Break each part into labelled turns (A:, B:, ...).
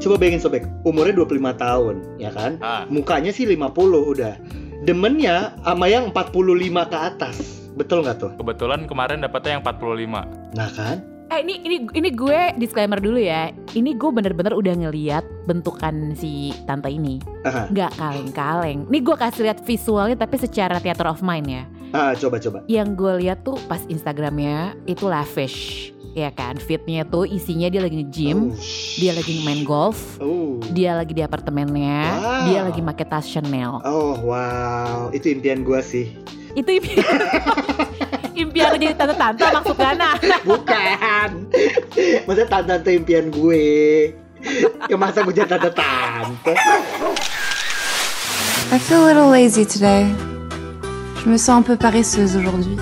A: Coba bayangin sobek, umurnya 25 tahun, ya kan?
B: Ah.
A: Mukanya sih 50 udah. Demennya sama yang 45 ke atas. Betul nggak tuh?
B: Kebetulan kemarin dapatnya yang 45.
A: Nah kan?
C: Eh ini ini ini gue disclaimer dulu ya. Ini gue bener-bener udah ngeliat bentukan si tante ini.
A: Aha.
C: Nggak kaleng-kaleng. Nih gue kasih lihat visualnya tapi secara theater of mind ya.
A: Ah, coba-coba.
C: Yang gue lihat tuh pas Instagramnya itu lavish, ya kan? Fitnya tuh isinya dia lagi nge-gym, dia lagi main golf,
A: Oh.
C: dia lagi di apartemennya,
A: Wow.
C: dia lagi pakai tas Chanel.
A: Oh wow, itu impian gua sih.
C: Itu impian. impian jadi tante-tante maksud Gana.
A: Bukan. Masa tante-tante impian gue. Ya masa gue jadi tante-tante.
D: I feel a little lazy today. Je me sens un peu paresseuse aujourd'hui.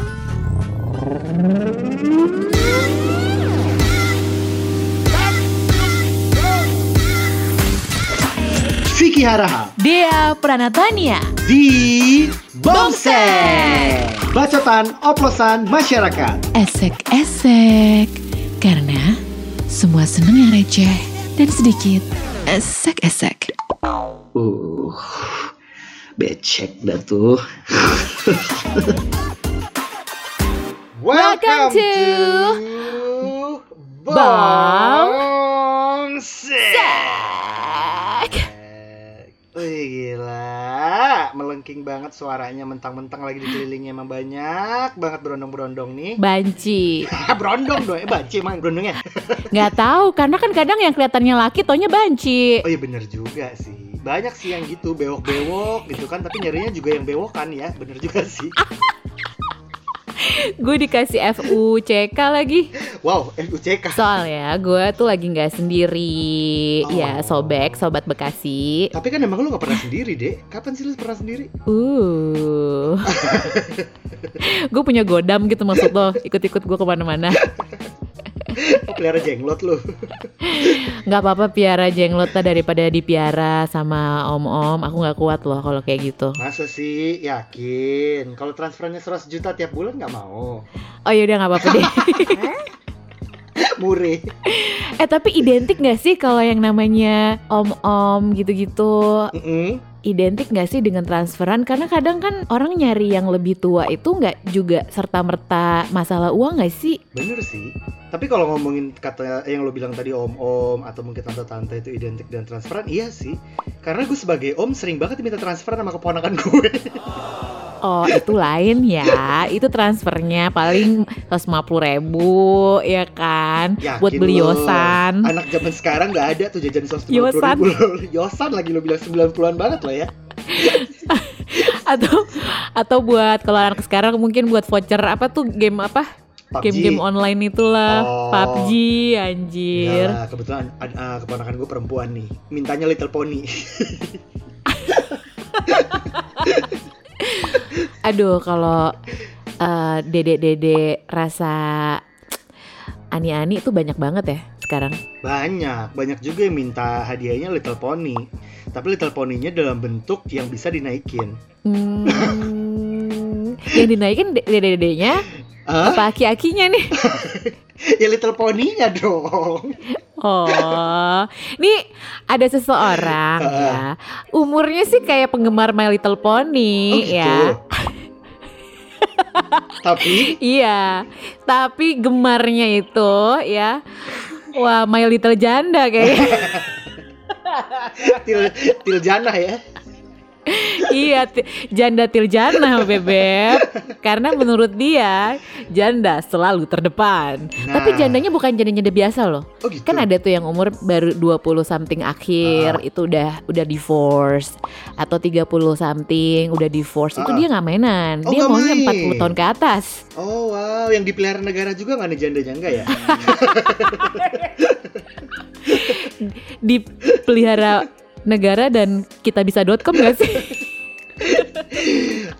A: Vicky Haraha
C: Dia Pranatania.
A: di Bongseng. Bacotan oplosan masyarakat.
E: esek-esek karena semua seneng yang receh dan sedikit esek-esek.
A: Uh, becek dah tuh.
C: Welcome to
A: Bongsek. Wih gila, melengking banget suaranya mentang-mentang lagi dikelilingnya emang banyak banget berondong-berondong nih.
C: Banci.
A: berondong dong, eh banci emang berondongnya.
C: Nggak tahu karena kan kadang yang kelihatannya laki taunya banci.
A: Oh iya bener juga sih. Banyak sih yang gitu bewok-bewok gitu kan, tapi nyarinya juga yang bewokan ya, bener juga sih.
C: Gue dikasih FUCK lagi.
A: Wow, eh, FUCK.
C: Soalnya gue tuh lagi nggak sendiri.
A: Oh.
C: Ya sobek, sobat Bekasi.
A: Tapi kan emang lu gak pernah sendiri deh. Kapan sih lu pernah sendiri?
C: Uh. gue punya godam gitu maksud lo. Ikut-ikut gue kemana-mana.
A: Oh, pelihara jenglot lu.
C: Nggak apa-apa piara jenglota daripada dipiara sama om-om. Aku nggak kuat loh kalau kayak gitu.
A: Masa sih? Yakin? Kalau transferannya 100 juta tiap bulan nggak mau.
C: Oh ya udah nggak apa-apa deh.
A: Murih.
C: eh tapi identik nggak sih kalau yang namanya om-om gitu-gitu?
A: Mm-mm.
C: identik nggak sih dengan transferan? Karena kadang kan orang nyari yang lebih tua itu nggak juga serta merta masalah uang nggak sih?
A: Bener sih. Tapi kalau ngomongin kata yang lo bilang tadi om-om atau mungkin tante-tante itu identik dengan transferan, iya sih. Karena gue sebagai om sering banget minta transferan sama keponakan gue.
C: Oh itu lain ya, itu transfernya paling 150 ribu ya kan?
A: Yakin
C: Buat beli
A: lo?
C: yosan.
A: Anak zaman sekarang nggak ada tuh jajan 150
C: Hmm. Yosan.
A: ribu. Yosan lagi lo bilang 90-an banget lah ya.
C: atau atau buat kalau anak sekarang mungkin buat voucher apa tuh game apa?
A: PUBG.
C: Game-game online itulah,
A: Oh.
C: PUBG
A: Enggak
C: anjir.
A: lah, kebetulan ad- ah, keponakan gue perempuan nih. Mintanya Little Pony. Iya.
C: Aduh kalau eh, dede-dede rasa ani-ani itu banyak banget ya sekarang.
A: Banyak, banyak juga yang minta hadiahnya Little Pony. Tapi Little Pony-nya dalam bentuk yang bisa dinaikin.
C: Hmm, yang dinaikin de- dede-dedenya
A: Hah?
C: apa aki-akinya nih?
A: Ya Little Pony-nya dong.
C: Oh, nih ada seseorang ya. Umurnya sih kayak penggemar My Little Pony
A: Oh, gitu.
C: ya.
A: Tapi
C: Iya, tapi gemarnya itu ya. Wah, My Little Janda kayaknya.
A: ah, til til jana ya.
C: iya, ti- janda tiljana Bebek. Karena menurut dia, janda selalu terdepan. Tapi
A: Nah.
C: jandanya bukan janda-janda biasa loh.
A: Oh gitu.
C: Kan ada tuh yang umur baru 20 something
A: Ah.
C: akhir itu udah udah divorce atau 30 something udah divorce. Itu
A: Ah.
C: dia nggak mainan.
A: Oh, nggak
C: dia maunya
A: main.
C: 40 tahun ke atas.
A: Oh wow, yang dipelihara negara juga nggak ada jandanya enggak ya?
C: Dipelihara negara dan kita bisa.com gak sih?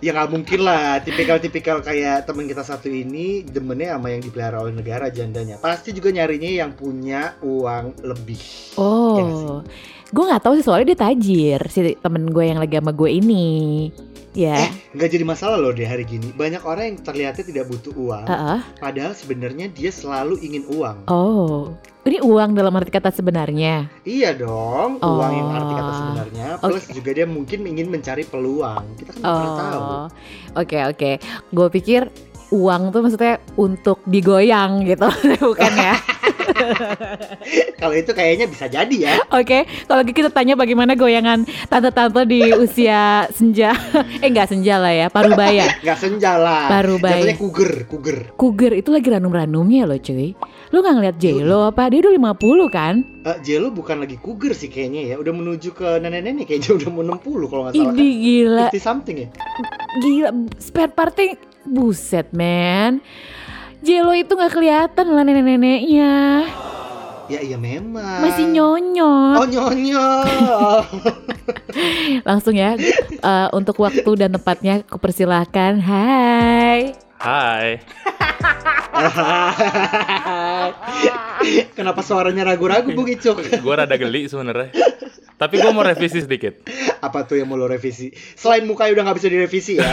A: ya nggak mungkin lah. Tipikal-tipikal kayak teman kita satu ini demennya sama yang dipelihara oleh negara jandanya. Pasti juga nyarinya yang punya uang lebih. Iya nggak
C: Oh. Gue nggak tahu sih soalnya dia tajir si temen gue yang lagi sama gue ini.
A: Iya.
C: Ya,
A: Nggak jadi masalah loh deh hari gini. Banyak orang yang terlihatnya tidak butuh uang,
C: Heeh.
A: padahal sebenarnya dia selalu ingin uang.
C: Ah. oh. Ini uang dalam arti kata sebenarnya.
A: Iya dong,
C: Oh.
A: uang yang arti kata sebenarnya. Plus juga dia mungkin ingin mencari peluang. Kita kan nggak pernah tahu.
C: Oh, oke oke. Gue pikir uang tuh maksudnya untuk digoyang gitu, bukan ya?
A: Eh, Kalau itu kayaknya bisa jadi ya.
C: Oke, kalau gitu kita tanya bagaimana goyangan tante-tante di usia senja. eh enggak senja lah ya, parubaya.
A: Nggak senja lah. Jatuhnya
C: Parubaya.
A: kuger, kuger.
C: Kuger itu lagi ranum-ranumnya loh cuy. Lu gak ngeliat J-Lo apa? Dia udah 50 kan?
A: Eh, Jelo bukan lagi kuger sih kayaknya ya. Udah menuju ke nenek-nenek kayaknya udah mau 60 kalau nggak salah
C: Ini gila,
A: kan. 50 something ya.
C: gila. Spare partnya, buset man. J-Lo itu gak kelihatan lah nenek-neneknya.
A: Ya iya memang.
C: Masih nyonyot.
A: Oh nyonyol.
C: Langsung ya, eh, untuk waktu dan tempatnya kupersilahkan. Hai.
B: Hai.
A: Kenapa suaranya ragu-ragu Bung Icuk?
B: gue rada geli sebenarnya. Tapi gue mau revisi sedikit.
A: Apa tuh yang mau lo revisi? Selain mukanya udah nggak bisa direvisi ya.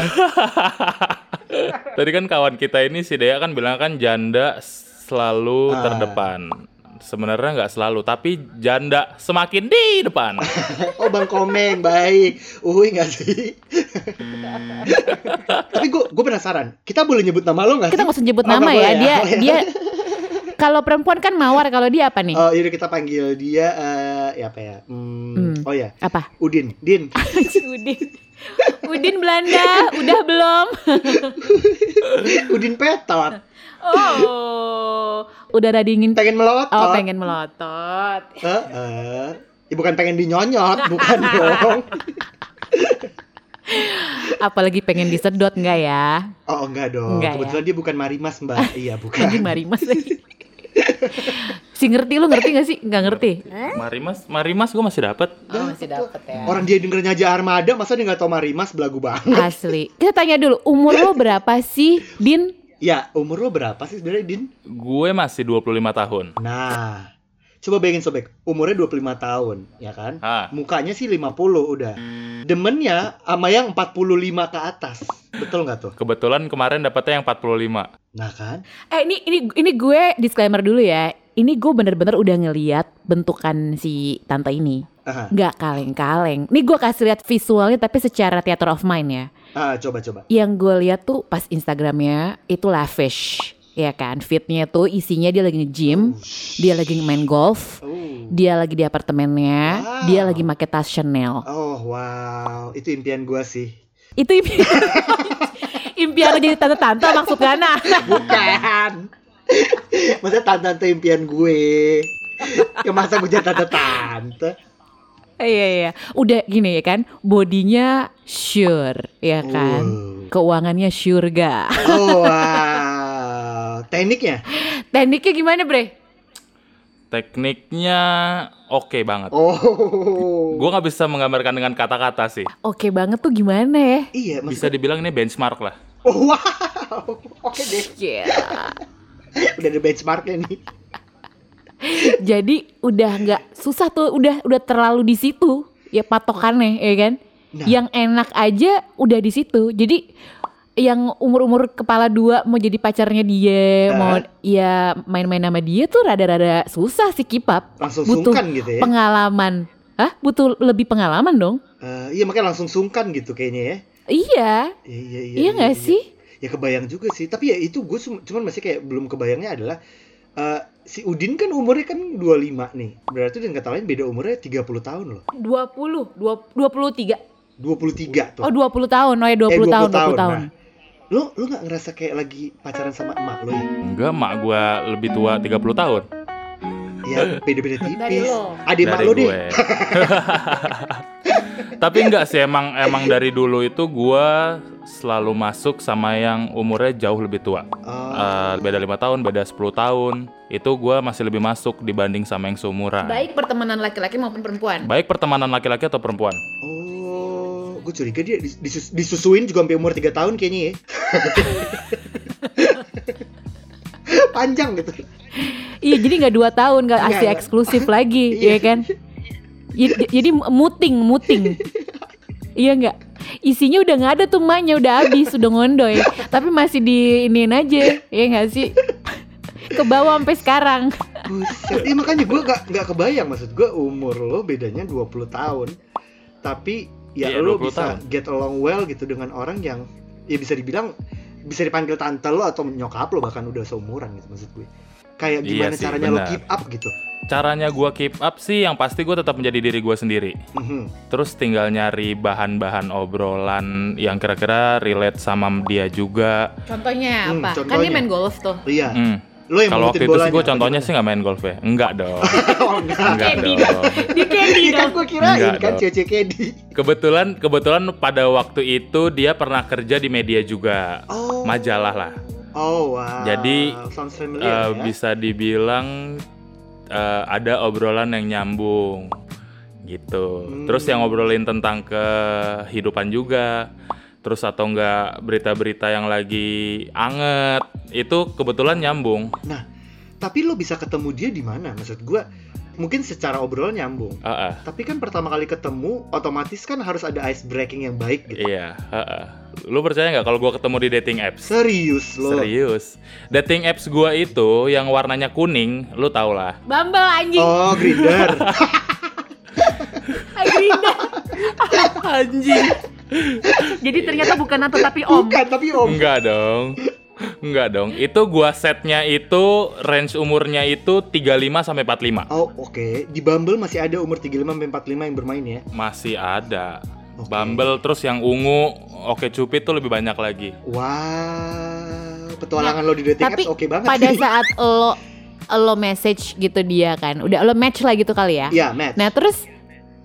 B: Tadi kan kawan kita ini si Dea kan bilang kan janda selalu
A: Ah.
B: terdepan. Sebenarnya nggak selalu, tapi janda semakin di depan.
A: Oh Bang Komeng baik. Uhuy nggak sih? Tapi gue gue penasaran. Kita boleh nyebut nama lo nggak sih?
C: Kita nggak usah nyebut
A: Oh, nggak
C: nama ya.
A: boleh ya?
C: Dia
A: Oh, iya.
C: dia kalau perempuan kan mawar, kalau dia apa nih?
A: Oh, yaudah kita panggil dia eh, ya apa ya? Hmm,
C: Hmm.
A: Oh ya,
C: Apa?
A: Udin. Din.
C: Udin. Udin Belanda, udah belum?
A: Udin petot.
C: Oh, udara dingin.
A: Pengen melotot.
C: Oh, pengen melotot.
A: Heeh. Ya, bukan pengen dinyonyot, bukan dong.
C: Apalagi pengen disedot nggak ya?
A: Oh enggak dong.
C: Enggak ya.
A: Kebetulan dia bukan Marimas Mbak. iya
C: Lagi
A: bukan.
C: marimas lagi. si ngerti lu ngerti gak sih? Nggak ngerti.
B: Marimas, Marimas gue masih dapat.
C: Oh, masih dapet ya.
A: Orang dia dengernya aja Armada, masa dia nggak tahu Marimas belagu banget.
C: Asli. Kita tanya dulu, umur lu berapa sih, Din?
A: Ya umur lo berapa sih sebenarnya Din?
B: Gue masih 25 tahun.
A: Nah, coba bayangin sobek, umurnya 25 tahun, ya kan?
B: Ah,
A: Mukanya sih 50 udah. Demennya sama yang 45 ke atas. Betul nggak tuh?
B: kebetulan kemarin dapatnya yang 45.
A: Nah kan?
C: Eh ini ini ini gue disclaimer dulu ya. Ini gue bener-bener udah ngeliat bentukan si tante ini.
A: Aha.
C: Nggak kaleng-kaleng. Ini gue kasih lihat visualnya tapi secara theater of mind ya.
A: Ah, coba coba.
C: Yang gue lihat tuh pas Instagramnya itu lavish. Ya kan, fitnya tuh isinya dia lagi nge-gym, dia lagi main golf,
A: Oh.
C: dia lagi di apartemennya,
A: Wow.
C: dia lagi pakai tas Chanel.
A: Oh, wow, itu impian gua sih.
C: Itu impian, impian lo jadi tante-tante maksudnya nah.
A: Bukan. Maksudnya tante-tante impian gue. Ya masa gue jadi tante-tante?
C: Iya iya, udah gini ya kan, bodinya sure ya kan,
A: Oh.
C: keuangannya surga.
A: Oh, wow. Tekniknya?
C: Tekniknya gimana bre?
B: Tekniknya oke banget.
A: Oh.
B: Gue nggak bisa menggambarkan dengan kata-kata sih.
C: Oke banget tuh gimana ya?
A: Iya,
B: Bisa
A: maksudnya.
B: dibilang ini benchmark lah.
A: Oh, wow. Oke deh.
C: Gila.
A: udah ada benchmarknya nih.
C: Jadi udah nggak susah tuh, udah udah terlalu di situ ya patokannya ya kan.
A: Nah.
C: Yang enak aja udah di situ. Jadi yang umur-umur kepala dua mau jadi pacarnya dia,
A: Hah?
C: mau ya main-main sama dia tuh rada-rada susah sih kipap.
A: Langsung
C: Butuh
A: sungkan gitu ya.
C: Pengalaman, Hah? butuh lebih pengalaman dong.
A: Eh, iya makanya langsung sungkan gitu kayaknya ya.
C: Iya,
A: Iya iya iya.
C: iya nggak
A: iya.
C: sih?
A: Ya kebayang juga sih. Tapi ya itu gue cuman masih kayak belum kebayangnya adalah eh, si Udin kan umurnya kan 25 nih. Berarti dengan kata lain beda umurnya 30 tahun loh.
C: 20, 23.
A: 23 tuh.
C: Oh, 20 tahun. Oh ya 20, tahun, 20 tahun.
A: Nah, lo lo nggak ngerasa kayak lagi pacaran sama emak lo ya?
B: Enggak, mak gue lebih tua 30 tahun.
A: Ya beda-beda tipis.
C: Dari lo.
A: Adik emak
B: dari
A: lo deh.
B: gue. Tapi enggak sih emang emang dari dulu itu gue selalu masuk sama yang umurnya jauh lebih tua.
A: Oh.
B: Eh, beda lima tahun, beda 10 tahun. Itu gue masih lebih masuk dibanding sama yang
A: Nah.
B: seumuran.
C: Baik pertemanan laki-laki maupun perempuan.
B: Baik pertemanan laki-laki atau perempuan.
A: Oh, gue curiga dia dis- disus- disusuin juga sampai umur 3 tahun kayaknya ya. Panjang gitu.
C: Iya, jadi nggak dua tahun, nggak
A: Iya,
C: asli
A: iya.
C: eksklusif lagi,
A: Iya.
C: ya kan? Ya, j- Jadi muting, muting. Iya nggak? Isinya udah nggak ada tuh emaknya, udah habis, udah ngondoy. Tapi masih diinin aja, ya nggak sih? Ke bawah sampai sekarang.
A: Buset, iya makanya gue gak, nggak kebayang maksud gue umur lo bedanya 20 tahun Tapi ya
B: Iya,
A: lo
B: 20
A: bisa get along well gitu dengan orang yang Ya bisa dibilang, bisa dipanggil tante lo atau nyokap lo bahkan udah seumuran gitu maksud gue Kayak
B: Iya
A: gimana
B: sih,
A: caranya lo
B: benar.
A: keep up gitu
B: Caranya gua keep up sih yang pasti gua tetap menjadi diri gua sendiri.
A: Mhm.
B: Terus tinggal nyari bahan-bahan obrolan yang kira-kira relate sama dia juga.
C: Contohnya
A: Hmm,
C: apa? Kan
A: contohnya.
C: dia main golf tuh.
A: Iya,
B: Hmm.
A: lo yang ngumpetin
B: Kalau waktu itu sih
A: bolanya
B: gue
A: apa
B: contohnya
A: gimana?
B: sih nggak main golf ya. Enggak dong.
A: Oh enggak
B: Enggak
C: Candy.
B: dong.
C: Di
A: Iya
C: candy
A: kan
C: dong.
A: gue kirain
B: Enggak
A: kan
B: dong.
A: cece kedi
B: Kebetulan kebetulan pada waktu itu dia pernah kerja di media juga.
A: Oh
B: Majalah lah.
A: Oh wow
B: Jadi,
A: Sounds
B: Eh,
A: familiar ya
B: bisa dibilang eh, ada obrolan yang nyambung gitu.
A: Hmm.
B: Terus yang ngobrolin tentang kehidupan juga. Terus atau enggak berita-berita yang lagi anget itu kebetulan nyambung.
A: Nah, Tapi lo bisa ketemu dia di mana? Maksud gue, mungkin secara obrolan nyambung.
B: Heeh,
A: Tapi kan pertama kali ketemu, otomatis kan harus ada ice breaking yang baik gitu.
B: iya, heeh. Lu percaya nggak kalau gua ketemu di dating apps?
A: Serius lo.
B: Serius. Dating apps gua itu yang warnanya kuning, lu tau lah.
C: Bumble anjing.
A: Oh, grinder.
C: Agrinda.
B: Anjing.
C: Jadi ternyata bukan Nato tapi Om.
A: Bukan, tapi om.
B: Enggak dong. Enggak dong. Itu gua setnya itu range umurnya itu 35 sampai 45.
A: Oh, oke. Di Bumble masih ada umur 35 sampai 45 yang bermain ya.
B: Masih ada.
A: Oke.
B: Bumble terus yang ungu, Oke Cupid tuh lebih banyak lagi.
A: Wow, petualangan lo di dating
C: Ya, tapi
A: apps oke banget.
C: Pada
A: sih.
C: saat lo lo message gitu dia kan, udah lo match lah gitu kali ya.
A: Iya, Matt.
C: Nah terus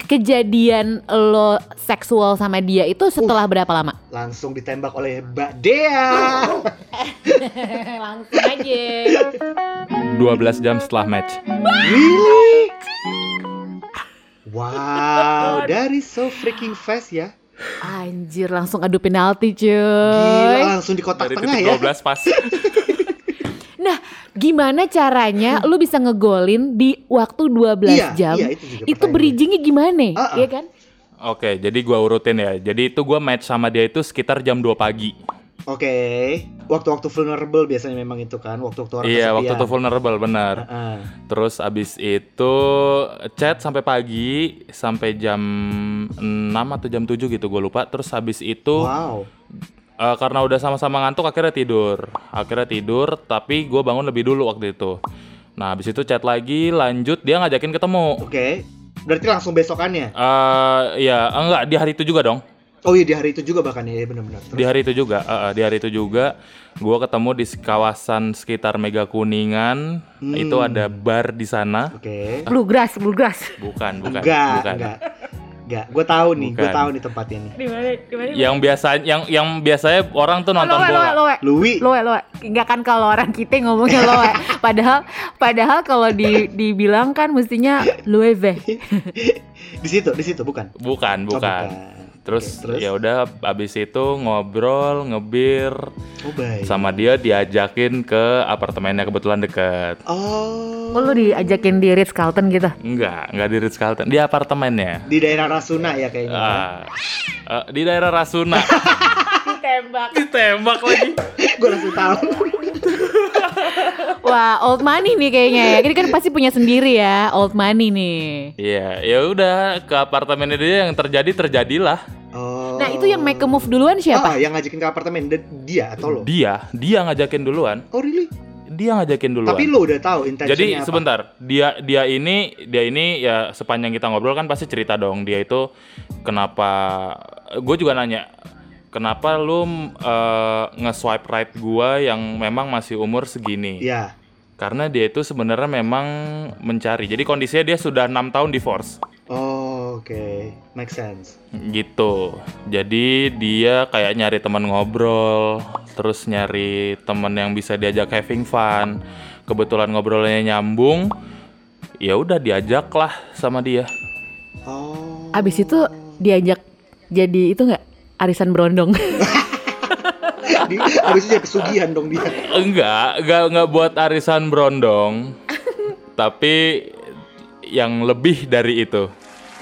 C: kejadian lo seksual sama dia itu setelah berapa lama?
A: Langsung ditembak oleh Mbak Dea.
C: Oh, Langsung aja.
B: 12 jam setelah match.
A: Really? Wow, that is so freaking fast ya.
C: Anjir langsung adu penalti cuy
A: Gila, langsung di kotak
B: Dari
A: tengah
B: titik
A: ya.
B: 12 pas.
C: Nah, Gimana caranya lu bisa ngegolin di waktu 12 jam
A: Iya, itu juga
C: Itu
A: pertanyaan.
C: berijingnya gimana
A: Ah, ah.
C: Iya kan
B: Oke, jadi gua urutin ya. Jadi itu gua match sama dia itu sekitar jam 2 pagi.
A: Oke, waktu-waktu vulnerable biasanya memang itu kan, waktu-waktu orang
B: Iya,
A: kesepian.
B: waktu itu vulnerable benar.
A: Heeh.
B: Terus abis itu chat sampai pagi sampai jam 6 atau jam 7 gitu gue lupa. Terus habis itu
A: Wow.
B: eh, karena udah sama-sama ngantuk akhirnya tidur. Akhirnya tidur tapi gue bangun lebih dulu waktu itu. Nah abis itu chat lagi lanjut dia ngajakin ketemu.
A: Oke. Berarti langsung besokannya.
B: eh ya enggak di hari itu juga dong.
A: Oh iya di hari itu juga bahkan ya benar-benar. Terus,
B: Di hari itu juga, eh, eh, di hari itu juga, gue ketemu di kawasan sekitar Mega Kuningan.
A: Hmm.
B: Itu ada bar di sana.
A: Oke.
C: Bluegrass Bluegrass
B: Bukan, bukan,
A: Enggak,
B: bukan.
A: enggak. Enggak, gue tahu nih, gue
B: Bukan.
A: tahu nih tempatnya nih.
C: Gimana Gimana
B: yang biasa yang yang biasanya orang tuh Iya, nonton
C: loe,
B: bola.
C: loe, loe.
A: Louis,
C: Loe, loe. Enggak kan kalau orang kita ngomongnya loe. Padahal padahal kalau di, dibilang kan mestinya loe ve.
A: di situ, di situ bukan.
B: Bukan,
A: Oh,
B: bukan.
A: Oke,
B: Terus,
A: terus?
B: ya udah abis itu ngobrol, ngebir
A: Oh baik.
B: sama dia diajakin ke apartemennya kebetulan deket.
A: Oh.
C: Oh, lu diajakin di Ritz Carlton gitu.
B: Enggak, enggak di Ritz Carlton, di apartemennya.
A: Di daerah Rasuna ya kayaknya.
B: Ah, eh, di daerah Rasuna.
C: Ditembak.
B: Ditembak lagi.
A: gue langsung tahu.
C: Wah, old money nih kayaknya ya. Ini kan pasti punya sendiri ya, old money nih.
B: Iya, ya udah ke apartemennya dia yang terjadi terjadilah.
A: Oh.
C: Nah, itu yang make a move ya, duluan
A: Ah,
C: siapa?
A: yang ngajakin ke apartemen de- dia atau lo?
B: Dia, dia ngajakin duluan.
A: Oh really?
B: Dia ngajakin duluan.
A: Tapi lo udah tahu intentionnya
B: Jadi
A: apa?
B: sebentar, dia dia ini dia ini ya sepanjang kita ngobrol kan pasti cerita dong dia itu kenapa gue juga nanya kenapa lu eh, nge-swipe right gua yang memang masih umur segini.
A: Iya.
B: Karena dia itu sebenarnya memang mencari. Jadi kondisinya dia sudah enam tahun divorce
A: Oh, oke. Make sense.
B: gitu. Jadi dia kayak nyari teman ngobrol, terus nyari teman yang bisa diajak having fun. Kebetulan ngobrolnya nyambung, ya udah diajak lah sama dia.
A: Oh.
C: Abis itu diajak jadi itu nggak arisan berondong.
A: Di, habis itu jadi pesugihan dong dia.
B: Enggak, enggak enggak buat arisan berondong. tapi yang lebih dari itu.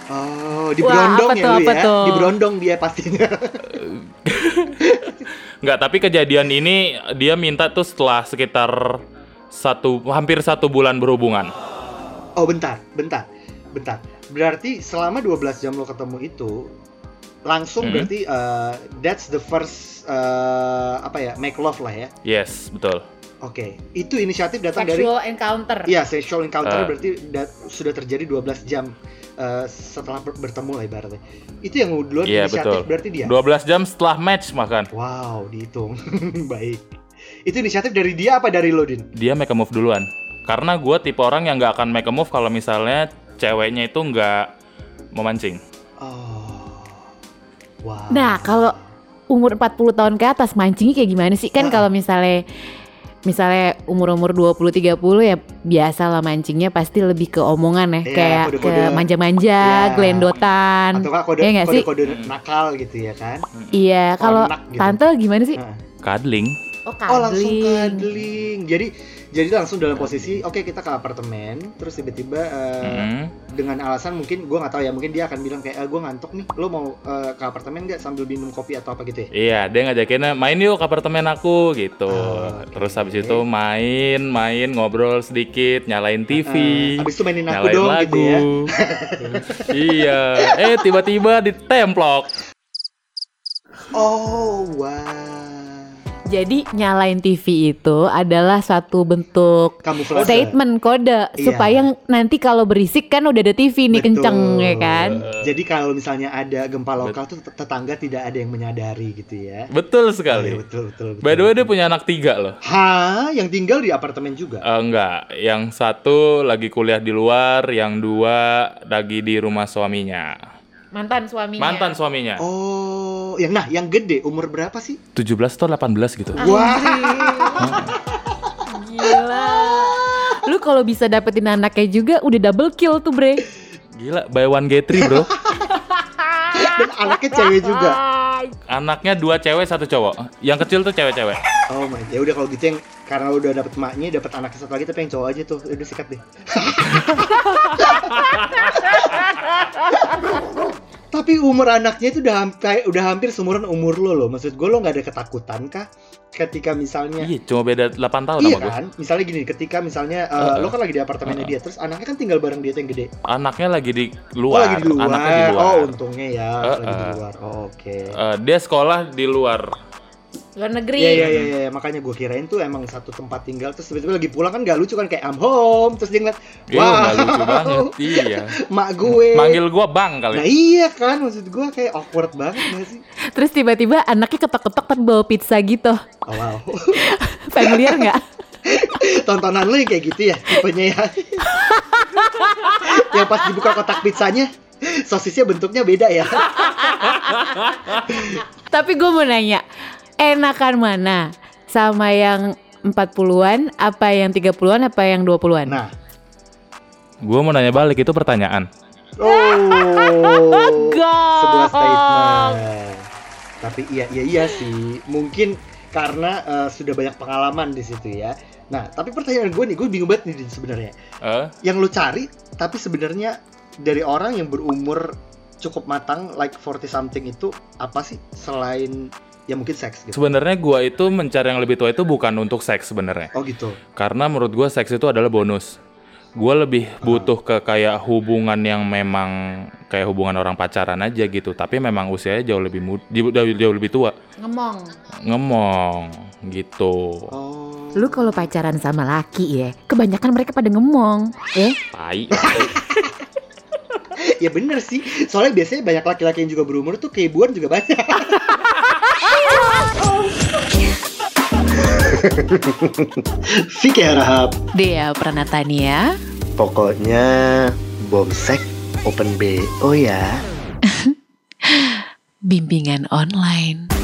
A: Oh, diberondong
C: Wah, apa
A: ya
C: tuh,
A: lu
C: apa
A: ya.
C: tuh?
A: Diberondong dia pastinya.
B: Enggak, tapi kejadian ini dia minta tuh setelah sekitar satu hampir satu bulan berhubungan.
A: Oh bentar, bentar, bentar. Berarti selama 12 jam lo ketemu itu langsung
B: Mhm.
A: berarti uh, that's the first uh, apa ya make love lah ya.
B: Yes, betul.
A: Oke, itu inisiatif datang dari
F: Sexual encounter.
A: Iya, sexual encounter
B: Eh.
A: berarti da- sudah terjadi 12 jam eh, setelah ber- bertemu lah ibaratnya. Itu yang duluan
B: Iya,
A: inisiatif
B: betul.
A: berarti dia.
B: 12 jam setelah match makan.
A: Wow, dihitung. Baik. Itu inisiatif dari dia apa dari lo, Din?
B: Dia make a move duluan. Karena gue tipe orang yang nggak akan make a move kalau misalnya ceweknya itu nggak memancing.
A: Oh. Wow.
C: Nah, kalau umur 40 tahun ke atas mancingnya kayak gimana sih? Kan
A: Ah.
C: kalau misalnya misalnya umur-umur 20 30 ya biasa lah mancingnya pasti lebih ke omongan ya,
A: Iya,
C: kayak
A: kode-kode.
C: ke manja-manja,
A: Iya.
C: glendotan.
A: atau nggak kode
C: iya nggak
A: kode,
C: sih?
A: kode
B: Hmm.
A: nakal gitu ya kan?
C: Iya, kalau
A: Konak gitu.
C: tante gimana sih?
A: Heeh.
B: Cuddling.
C: Oh,
A: Oh langsung
C: cuddling.
A: cuddling. Jadi jadi langsung dalam posisi oke kita ke apartemen, terus tiba-tiba eh,
B: Mhm.
A: dengan alasan mungkin gue nggak tahu ya mungkin dia akan bilang kayak gue ngantuk nih lo mau eh, ke apartemen nggak sambil minum kopi atau apa gitu ya
B: Iya, dia ngajakinnya main yuk ke apartemen aku gitu.
A: Oh, oke.
B: Terus habis itu main, main ngobrol sedikit, nyalain TV,
A: Eh, abis itu mainin aku
B: nyalain
A: dong
B: lagu.
A: gitu ya
B: iya. Eh tiba-tiba ditemplok.
A: oh wah
C: Jadi nyalain TV itu adalah satu bentuk
A: kamu
C: statement kode
A: Iya.
C: supaya nanti kalau berisik kan udah ada TV nih kenceng ya kan?
A: jadi kalau misalnya ada gempa lokal tuh tetangga tidak ada yang menyadari gitu ya
B: Betul
A: Iya,
B: sekali.
A: betul betul, betul
B: By the way dia punya anak tiga loh.
A: ha yang tinggal di apartemen juga
B: Eh, enggak, yang satu lagi kuliah di luar, yang dua lagi di rumah suaminya.
F: Mantan suaminya.
B: Mantan suaminya.
A: oh yang nah yang gede umur berapa sih
B: 17 atau 18
A: Ah.
B: gitu.
A: wah
C: Gila. Lu kalau bisa dapetin anaknya juga udah double kill tuh, Bre.
B: Gila, by one get three, Bro.
A: dan anaknya cewek juga
B: Anaknya dua cewek, satu cowok. Yang kecil tuh cewek-cewek.
A: oh my ya udah kalau gitu yang karena udah dapet maknya dapet anaknya satu lagi tapi yang cowok aja tuh Ya udah sikat deh Tapi umur anaknya itu udah hampir udah hampir seumuran umur lo loh. Maksud gue lo nggak ada ketakutan kah ketika misalnya
B: Iya, cuma beda 8 tahun
A: Iya
B: sama gue.
A: kan? Misalnya gini, ketika misalnya eh,
B: Uh-uh.
A: lo kan lagi di apartemennya dia, terus anaknya kan tinggal bareng dia tuh yang gede.
B: Anaknya lagi di
A: Oh,
B: luar,
A: lagi di luar.
B: anaknya di luar.
A: Oh, untungnya ya, lagi di
B: Uh-uh.
A: luar. Oh, oke.
B: Eh, dia sekolah di luar.
F: Luar negeri.
A: Iya iya iya iya. makanya gue kirain tuh emang satu tempat tinggal terus tiba-tiba lagi pulang kan gak lucu kan kayak I'm home terus dia ngeliat
B: Iya, nggak lucu
A: Wow.
B: banget. Iya.
A: mak gue
B: Manggil gua Bang kali.
A: Nah iya kan maksud gue kayak awkward banget gak sih?
C: Terus tiba-tiba anaknya ketok-ketok kan bawa pizza gitu.
A: Oh, wow.
C: Familiar nggak?
A: Tontonan lu yang kayak gitu ya tipenya ya. yang pas dibuka kotak pizzanya sosisnya bentuknya beda ya.
C: Tapi gue mau nanya, enakan mana? Sama yang 40-an, apa yang 30-an, apa yang 20-an?
A: Nah,
B: Gua mau nanya balik itu pertanyaan.
A: oh.
C: Gak.
A: sebuah statement. Tapi iya iya iya sih, mungkin karena eh, sudah banyak pengalaman di situ ya. Nah, tapi pertanyaan gue nih, gue bingung banget nih Din, sebenarnya.
B: Eh,
A: Yang lu cari, tapi sebenarnya dari orang yang berumur cukup matang, like 40 something itu apa sih selain ya mungkin seks gitu?
B: sebenarnya gua itu mencari yang lebih tua itu bukan untuk seks sebenarnya.
A: Oh gitu.
B: Karena menurut gua seks itu adalah bonus. Gua lebih butuh ke kayak hubungan yang memang kayak hubungan orang pacaran aja gitu, tapi memang usianya jauh lebih mud- jauh, jauh lebih tua.
F: Ngomong.
B: Ngomong gitu.
A: Oh.
C: Lu kalau pacaran sama laki ya, kebanyakan mereka pada ngomong. Eh,
B: Tai.
A: ya bener sih. Soalnya biasanya banyak laki-laki yang juga berumur tuh keibuan juga banyak. Fikih Rahab.
C: Dea Pranatania.
A: Pokoknya bomsek open B. Oh ya.
E: Bimbingan online.